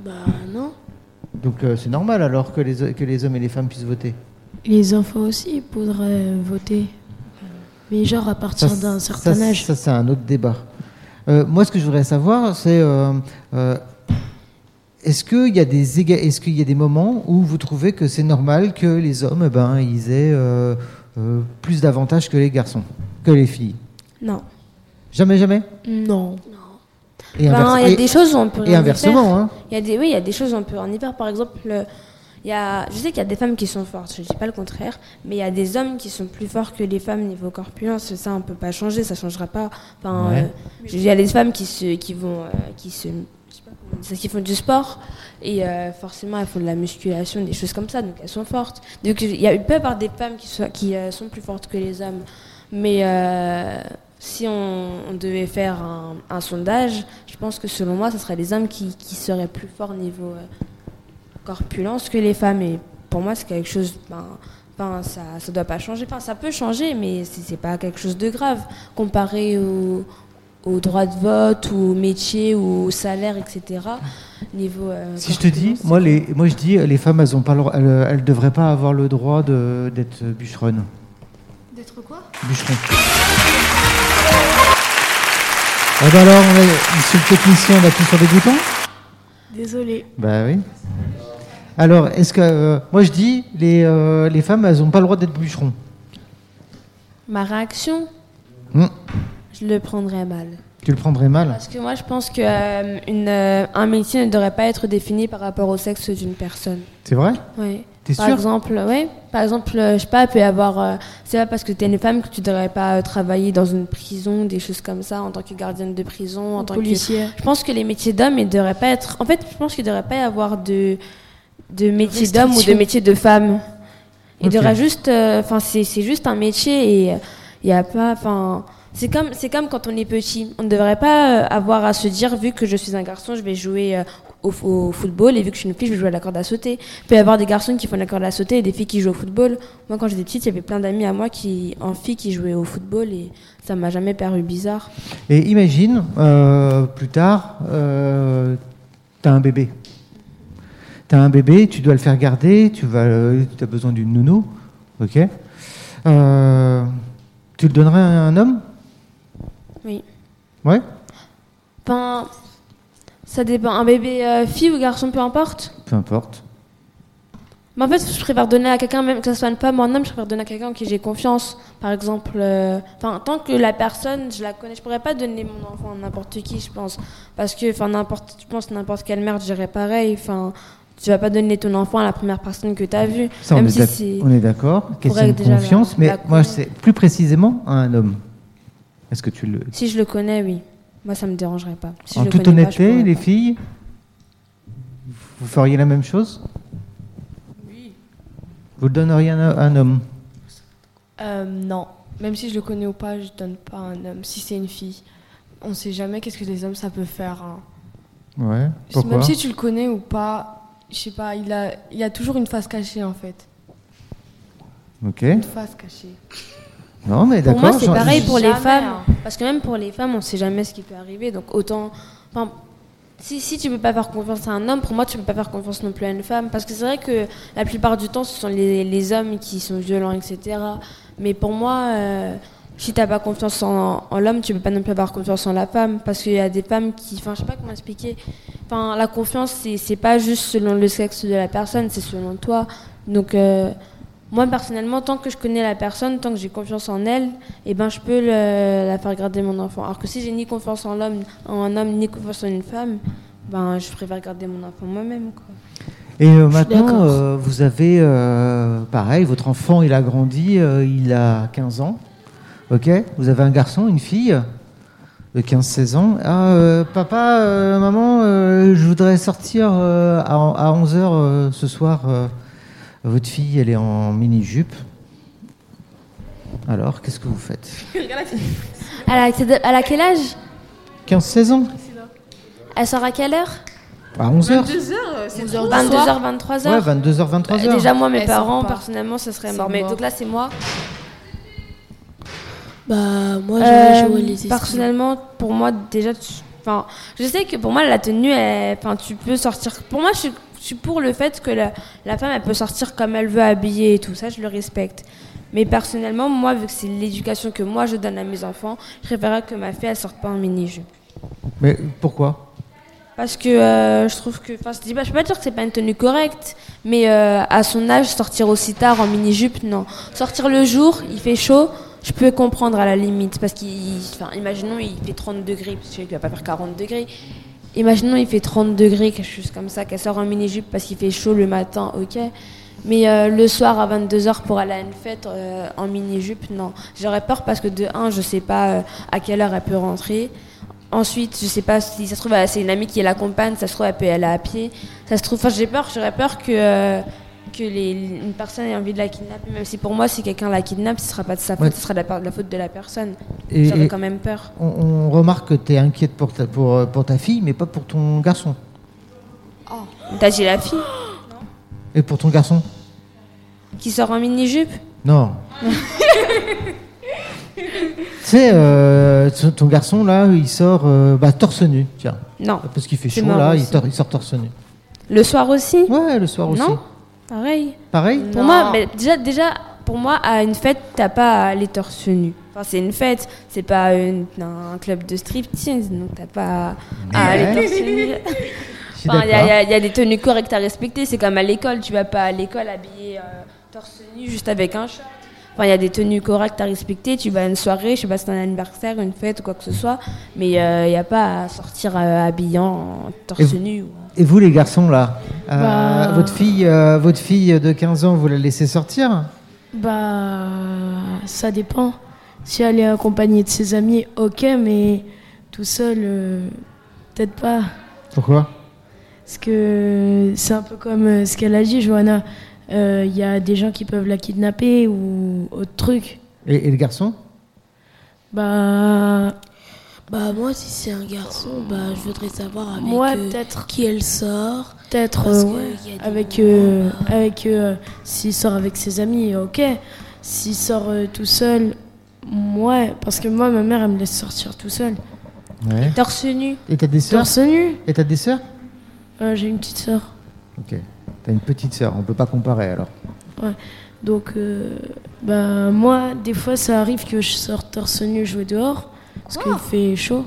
Bah non.
Donc euh, c'est normal alors que les, que les hommes et les femmes puissent voter.
Les enfants aussi pourraient voter. Mais genre à
Ça,
partir
c'est-
d'un
ça,
certain
c'est-
âge.
Ça, c'est un autre débat. Euh, moi, ce que je voudrais savoir, c'est euh, euh, est-ce qu'il y, a des éga- est-ce qu'il y a des moments où vous trouvez que c'est normal que les hommes, eh ben, ils aient euh, euh, plus d'avantages que les garçons, que les filles
Non.
Jamais, jamais
Non.
Ben,
Et,
Il
inverse-
y a
et-
des choses où on peut
et
rien y faire.
inversement, hein.
Il y a des, oui, il y a des choses un peu en hiver. Par exemple, euh, il y a, je sais qu'il y a des femmes qui sont fortes, je ne dis pas le contraire, mais il y a des hommes qui sont plus forts que les femmes niveau corpulence. Ça, on ne peut pas changer, ça ne changera pas. Enfin,
Ouais.
euh, je veux dire, il y a des femmes qui se, qui vont, euh, qui se, je sais pas comment celles qui font du sport, et euh, forcément elles font de la musculation, des choses comme ça, donc elles sont fortes. Donc il y a, il peut y avoir des femmes qui, soient- qui euh, sont plus fortes que les hommes, mais euh, si on, on devait faire un, un sondage, je pense que selon moi, ce serait les hommes qui, qui seraient plus forts niveau euh, corpulence que les femmes, et pour moi c'est quelque chose... ben, Enfin, ça ne doit pas changer. Enfin, ça peut changer, mais c'est c'est pas quelque chose de grave comparé au, au droit de vote, ou au métier, ou au salaire, etc. Niveau. euh,
Si je te dis,
corpulence.
moi, les, moi je dis, les femmes, elles ont pas, le droit- elles, elles devraient pas avoir le droit de- d'être bûcheronnes.
D'être quoi
Bûcheron. Eh ben alors, on est- monsieur le technicien, on appuie sur des boutons
Désolé.
Bah oui. Alors, est-ce que. euh, moi, je dis, les, euh, les femmes, elles n'ont pas le droit d'être bûcherons.
Ma réaction,
Hmm,
je le prendrais mal.
Tu le prendrais mal
Parce que moi, je pense que euh, une, euh, un métier ne devrait pas être défini par rapport au sexe d'une personne.
C'est vrai
Ouais.
T'es
Par
sûr
exemple, ouais. Par exemple, euh, je sais pas, peut y avoir. euh, c'est pas parce que t'es une femme que tu devrais pas euh, travailler dans une prison, des choses comme ça, en tant que gardienne de prison, en tant que
Policière.
Je pense que les métiers d'hommes, ils devraient pas être. En fait, je pense qu'il devrait pas y avoir de, de métiers d'hommes ou de
Restrictions.
métiers de femmes. Il
Ok.
devrait juste. euh, Enfin, c'est c'est juste un métier et euh, il n'y a pas. Enfin, c'est comme, c'est comme quand on est petit. On ne devrait pas euh, avoir à se dire, vu que je suis un garçon, je vais jouer euh, au, au football et vu que je suis une fille, je vais jouer à la corde à sauter. Il peut y avoir des garçons qui font de la corde à sauter et des filles qui jouent au football. Moi, quand j'étais petite, il y avait plein d'amis à moi qui, en filles qui jouaient au football et ça m'a jamais paru bizarre.
Et imagine, euh, plus tard, euh, t'as un bébé. T'as un bébé, tu dois le faire garder, tu vas, as besoin d'une nounou, ok Euh, Tu le donnerais à un homme
Oui.
Ouais
Enfin, ça dépend. Un bébé euh, fille ou garçon, peu importe.
Peu importe.
Mais en fait, je préfère donner à quelqu'un, même que ce soit une femme ou un homme, je préfère donner à quelqu'un en qui j'ai confiance. Par exemple, euh, enfin, tant que la personne, je la connais, je pourrais pas donner mon enfant à n'importe qui, je pense. Parce que, enfin, n'importe, je pense, n'importe quelle mère dirait pareil. Enfin, tu vas pas donner ton enfant à la première personne que tu as vue.
Ça, on,
même
est
si
d'ac-
c'est.
on est d'accord. Question de
déjà la-
confiance, mais
la
moi,
connaître.
c'est plus précisément à un homme. Est-ce que tu le.
Si je le connais, oui. Moi, ça me dérangerait pas. Si
en
je le
toute
connais pas, je
honnêteté,
pourrais
les
pas.
filles, vous feriez la même chose
Oui.
Vous le donneriez à un- à un homme
Euh, non. Même si je le connais ou pas, je donne pas à un homme. Si c'est une fille, on sait jamais qu'est-ce que les hommes ça peut faire. hein.
Ouais. Pourquoi
Même si tu le connais ou pas, je sais pas, il a, il a toujours une face cachée en fait.
Ok.
Une face cachée.
Non, mais
Pour
d'accord.
moi, c'est
j'en-
pareil pour les
Jamais,
femmes.
hein.
Parce que même pour les femmes, on ne sait jamais ce qui peut arriver. Donc autant. Enfin, si, si tu ne peux pas faire confiance à un homme, pour moi, tu ne peux pas faire confiance non plus à une femme. Parce que c'est vrai que la plupart du temps, ce sont les, les hommes qui sont violents, etc. Mais pour moi, euh, si tu n'as pas confiance en, en l'homme, tu ne peux pas non plus avoir confiance en la femme. Parce qu'il y a des femmes qui. Enfin, je sais pas comment expliquer. Enfin, la confiance, c'est n'est pas juste selon le sexe de la personne, c'est selon toi. Donc. euh, moi personnellement, tant que je connais la personne, tant que j'ai confiance en elle, eh ben je peux le- la faire garder mon enfant. Alors que si j'ai ni confiance en l'homme, en un homme, ni confiance en une femme, ben je préfère garder mon enfant moi-même. quoi.
Et euh,
suis
maintenant,
d'accord.
euh, vous avez, euh, pareil, votre enfant, il a grandi, euh, il a 15 ans. Ok Vous avez un garçon, une fille de 15-16 ans. Ah, euh, papa, euh, maman, euh, je voudrais sortir euh, à, 11h ce soir. euh, votre fille, elle est en mini-jupe. Alors, qu'est-ce que vous faites
Elle a, c'est de- elle a quel âge
15-16 ans
Elle sort à quelle heure
À 11h
2 heures, c'est 11
22h, 23h
Ouais, 22h, 23h.
Et déjà moi, mes
Elle sort
parents,
pas.
personnellement, ce serait
C'est
mort. Mais
mort.
donc là, c'est moi.
Bah, moi, j'aurais joué les
Euh,
esprits.
personnellement, pour moi, déjà, tu- enfin, je sais que pour moi, la tenue, elle- enfin, tu peux sortir. Pour moi, je suis, je suis pour le fait que la, la femme, elle peut sortir comme elle veut, habillée et tout ça, je le respecte. Mais personnellement, moi, vu que c'est l'éducation que moi je donne à mes enfants, je préférerais que ma fille, elle sorte pas en mini-jupe.
Mais pourquoi
Parce que euh, je trouve que, enfin, je dis pas, je peux pas dire que c'est pas une tenue correcte, mais euh, à son âge, sortir aussi tard en mini-jupe, non. Sortir le jour, il fait chaud, je peux comprendre à la limite, parce qu'il, enfin, imaginons il fait 30 degrés, parce que je sais qu'il va pas faire 40 degrés. Imaginons il fait 30 degrés, quelque chose comme ça, qu'elle sort en mini-jupe parce qu'il fait chaud le matin, ok. Mais euh, le soir à 22h pour aller à une fête euh, en mini-jupe, non. J'aurais peur parce que de un, je sais pas euh, à quelle heure elle peut rentrer. Ensuite, je sais pas si ça se trouve, euh, c'est une amie qui l'accompagne, ça se trouve, elle peut aller à pied. Ça se trouve, enfin, j'ai peur, j'aurais peur que, euh, que les, une personne ait envie de la kidnapper, même si pour moi, si quelqu'un la kidnappe, ce sera pas de sa faute,
Ouais.
ce sera de la, part- de la faute de la personne.
Et-
J'aurais
et-
quand même peur.
On, on remarque que tu es inquiète pour ta, pour, euh, pour ta fille, mais pas pour ton garçon.
T'as dit la fille
Et pour ton garçon
qui sort en mini-jupe
Non. tu sais, euh, ce- ton garçon, là, il sort euh, bah, torse nu, tiens.
Non.
Parce qu'il fait
C'est
chaud,
marrant
là, il,
aussi.
tor- il sort torse nu.
Le soir aussi
Ouais, le soir aussi.
Non Pareil.
Pareil
Pour moi, mais déjà, déjà, pour moi, à une fête, t'as pas à aller torse nu. Enfin, c'est une fête, c'est pas une- un club de striptease, donc t'as pas à, à
Ouais.
aller torse nu.
Je suis
Enfin, Il y, a-
d'accord.
il y a- il y a des tenues correctes à respecter, c'est comme à l'école, tu vas pas à l'école habillé euh, torse nu juste avec un short. Enfin, il y a des tenues correctes à respecter, tu vas à une soirée, je sais pas si c'est un anniversaire, une fête ou quoi que ce soit, mais euh, il n'y a pas à sortir euh, habillant en torse
Et vous-
nu. ou en-
Et vous, les garçons, là euh,
Bah.
votre, fille, euh, votre fille de 15 ans, vous la laissez sortir
Bah, ça dépend. Si elle est accompagnée de ses amis, ok, mais tout seul, euh, peut-être pas.
Pourquoi
Parce que c'est un peu comme euh, ce qu'elle a dit, Johanna. Euh, Il y a des gens qui peuvent la kidnapper ou autre truc.
et, et le garçon
Bah,
Bah moi si c'est un garçon, bah je voudrais savoir avec
moi,
euh,
peut-être.
qui elle sort.
Peut-être,
Parce
euh,
que
ouais.
y a des
Avec,
moments,
euh,
bah,
avec euh, s'il sort avec ses amis, ok. S'il sort euh, tout seul, ouais. Parce que moi, ma mère, elle me laisse sortir tout seul.
Ouais.
Torse nu,
Et t'as des sœurs
Torse nu
Et t'as des sœurs
Euh, J'ai une petite sœur.
Ok. T'as une petite sœur, on peut pas comparer alors.
Donc, euh, bah, moi, des fois, ça arrive que je sorte torse nu jouer dehors, parce qu'il fait chaud.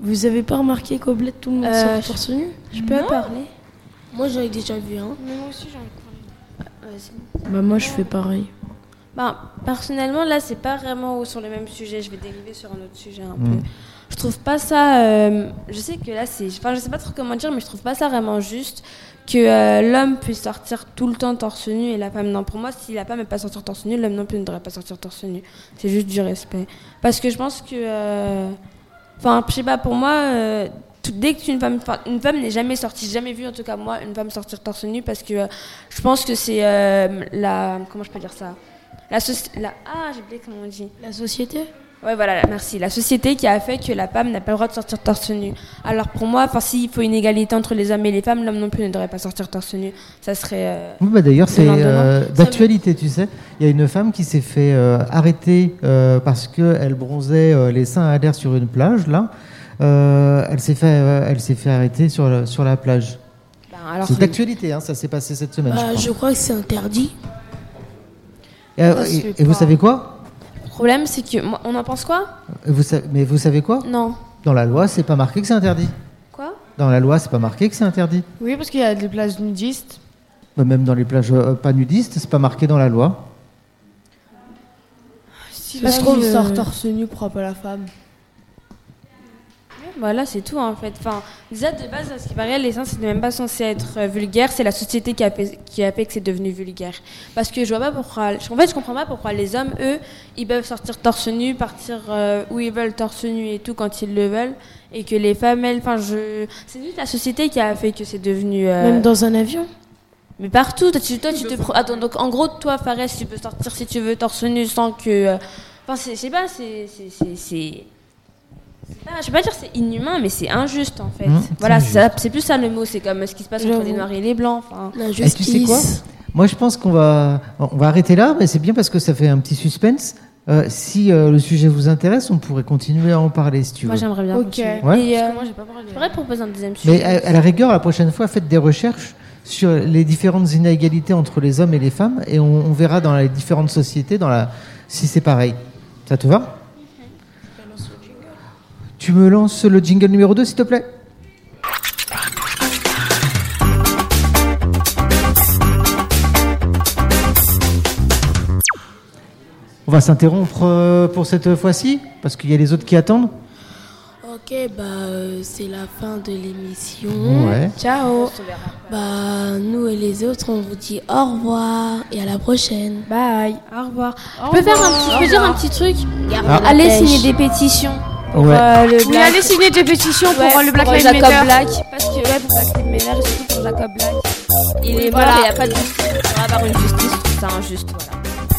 Vous avez pas remarqué qu'au bled, tout le monde
Euh,
sort torse nu Je peux parler
Moi j'en ai déjà vu un.
moi aussi, j'ai envie
Bah, moi, je fais pareil.
Ben, personnellement, là, c'est pas vraiment sur le même sujet. Je vais dériver sur un autre sujet un
Mm.
peu. Je trouve pas ça. euh, je sais que là, c'est. Enfin, je sais pas trop comment dire, mais je trouve pas ça vraiment juste que euh, l'homme puisse sortir tout le temps torse nu et la femme non. Pour moi, si la femme ne pas sortir torse nu, l'homme non plus ne devrait pas sortir torse nu. C'est juste du respect. Parce que je pense que. euh, Enfin, je sais pas, pour moi, euh, tout- dès que une femme. enfin, Une femme n'est jamais sortie, j'ai jamais vu en tout cas moi, une femme sortir torse nu parce que euh, je pense que c'est euh, la. Comment je peux dire ça la, soci- la- Ah, j'ai oublié comment on dit.
La société
Ouais, voilà, merci. La société qui a fait que la femme n'a pas le droit de sortir torse nu. Alors pour moi, enfin, s'il faut une égalité entre les hommes et les femmes, l'homme non plus ne devrait pas sortir torse nu. Ça serait. euh,
Oui, bah, D'ailleurs, c'est
lendemain.
euh,
Ça
d'actualité, tu sais. Il y a une femme qui s'est fait euh, arrêter euh, parce qu'elle bronzait euh, les seins à l'air sur une plage, là. Euh, elle s'est fait, euh, elle s'est fait arrêter sur la, sur la plage.
ben, alors,
c'est d'actualité, hein, ça s'est passé cette semaine.
Bah,
je
je
crois.
crois que c'est interdit.
Et, euh,
je
et-
sais
et vous
pas.
savez quoi
le problème, c'est que. moi, on en pense quoi
vous sa- Mais vous savez quoi
Non.
Dans la loi, c'est pas marqué que c'est interdit.
Quoi
Dans la loi, c'est pas marqué que c'est interdit.
Oui, parce qu'il y a des plages nudistes.
Bah, Même dans les plages euh, pas nudistes, c'est pas marqué dans la loi.
Si
Parce
l'homme,
qu'on
il
le-
sort torse nu, pourquoi pas la femme
Voilà, Bah c'est tout en fait. Enfin, déjà de base, à ce qui paraît, les seins, c'est même pas censé être euh, vulgaire. C'est la société qui a, fait, qui a fait que c'est devenu vulgaire. Parce que je vois pas pourquoi. En fait, je comprends pas pourquoi les hommes, eux, ils peuvent sortir torse nu, partir euh, où ils veulent torse nu et tout quand ils le veulent, et que les femmes, elles, enfin, je, c'est juste la société qui a fait que c'est devenu. euh,
Même dans un avion
mais partout, toi, tu, toi, tu te pro- Attends, donc en gros, toi, Fares, tu peux sortir si tu veux torse nu sans que. euh, Enfin, c'est- je sais pas, c'est. c'est- c'est- c'est- c'est pas- Je vais pas dire c'est inhumain, mais c'est injuste en fait.
Mmh,
voilà,
c'est
c'est ça- c'est plus ça le mot, c'est comme euh, ce qui se passe entre les
J'avoue.
noirs et les blancs. enfin.
La
Et
justice.
Eh, Ah, tu sais quoi Moi, je pense qu'on va, on va arrêter là, mais c'est bien parce que ça fait un petit suspense. Euh, si euh, le sujet vous intéresse, on pourrait continuer à en parler si tu veux.
Moi, j'aimerais bien.
Ok.
continuer.
Ouais.
Et, euh,
Moi, j'ai pas parlé.
je pourrais proposer un deuxième sujet.
Mais à, à la rigueur, la prochaine fois, faites des recherches sur les différentes inégalités entre les hommes et les femmes et on, on verra dans les différentes sociétés dans la, si c'est pareil. Ça te va Tu me lances le jingle numéro 2, s'il te plaît On va s'interrompre euh, pour cette fois-ci, parce qu'il y a les autres qui attendent.
Ok, bah euh, c'est la fin de l'émission.
Ouais.
Ciao. Bah nous et les autres, on vous dit au revoir et à la prochaine.
Bye.
Au revoir. Je peux, faire un petit, je peux dire un petit truc
Garde
Ah.
la
Allez
pêche.
signer des pétitions. pour
Ouais.
euh, le
Oui,
Black-
allez signer des pétitions pour
Ouais,
euh, le Black
pour
Lives
Jacob
Matter.
Black. Parce que, ouais, pour Black Lives Matter, et surtout pour Jacob Black. Il est
Voilà.
mort et il n'y a pas de justice. Il va avoir une justice, c'est injuste, voilà.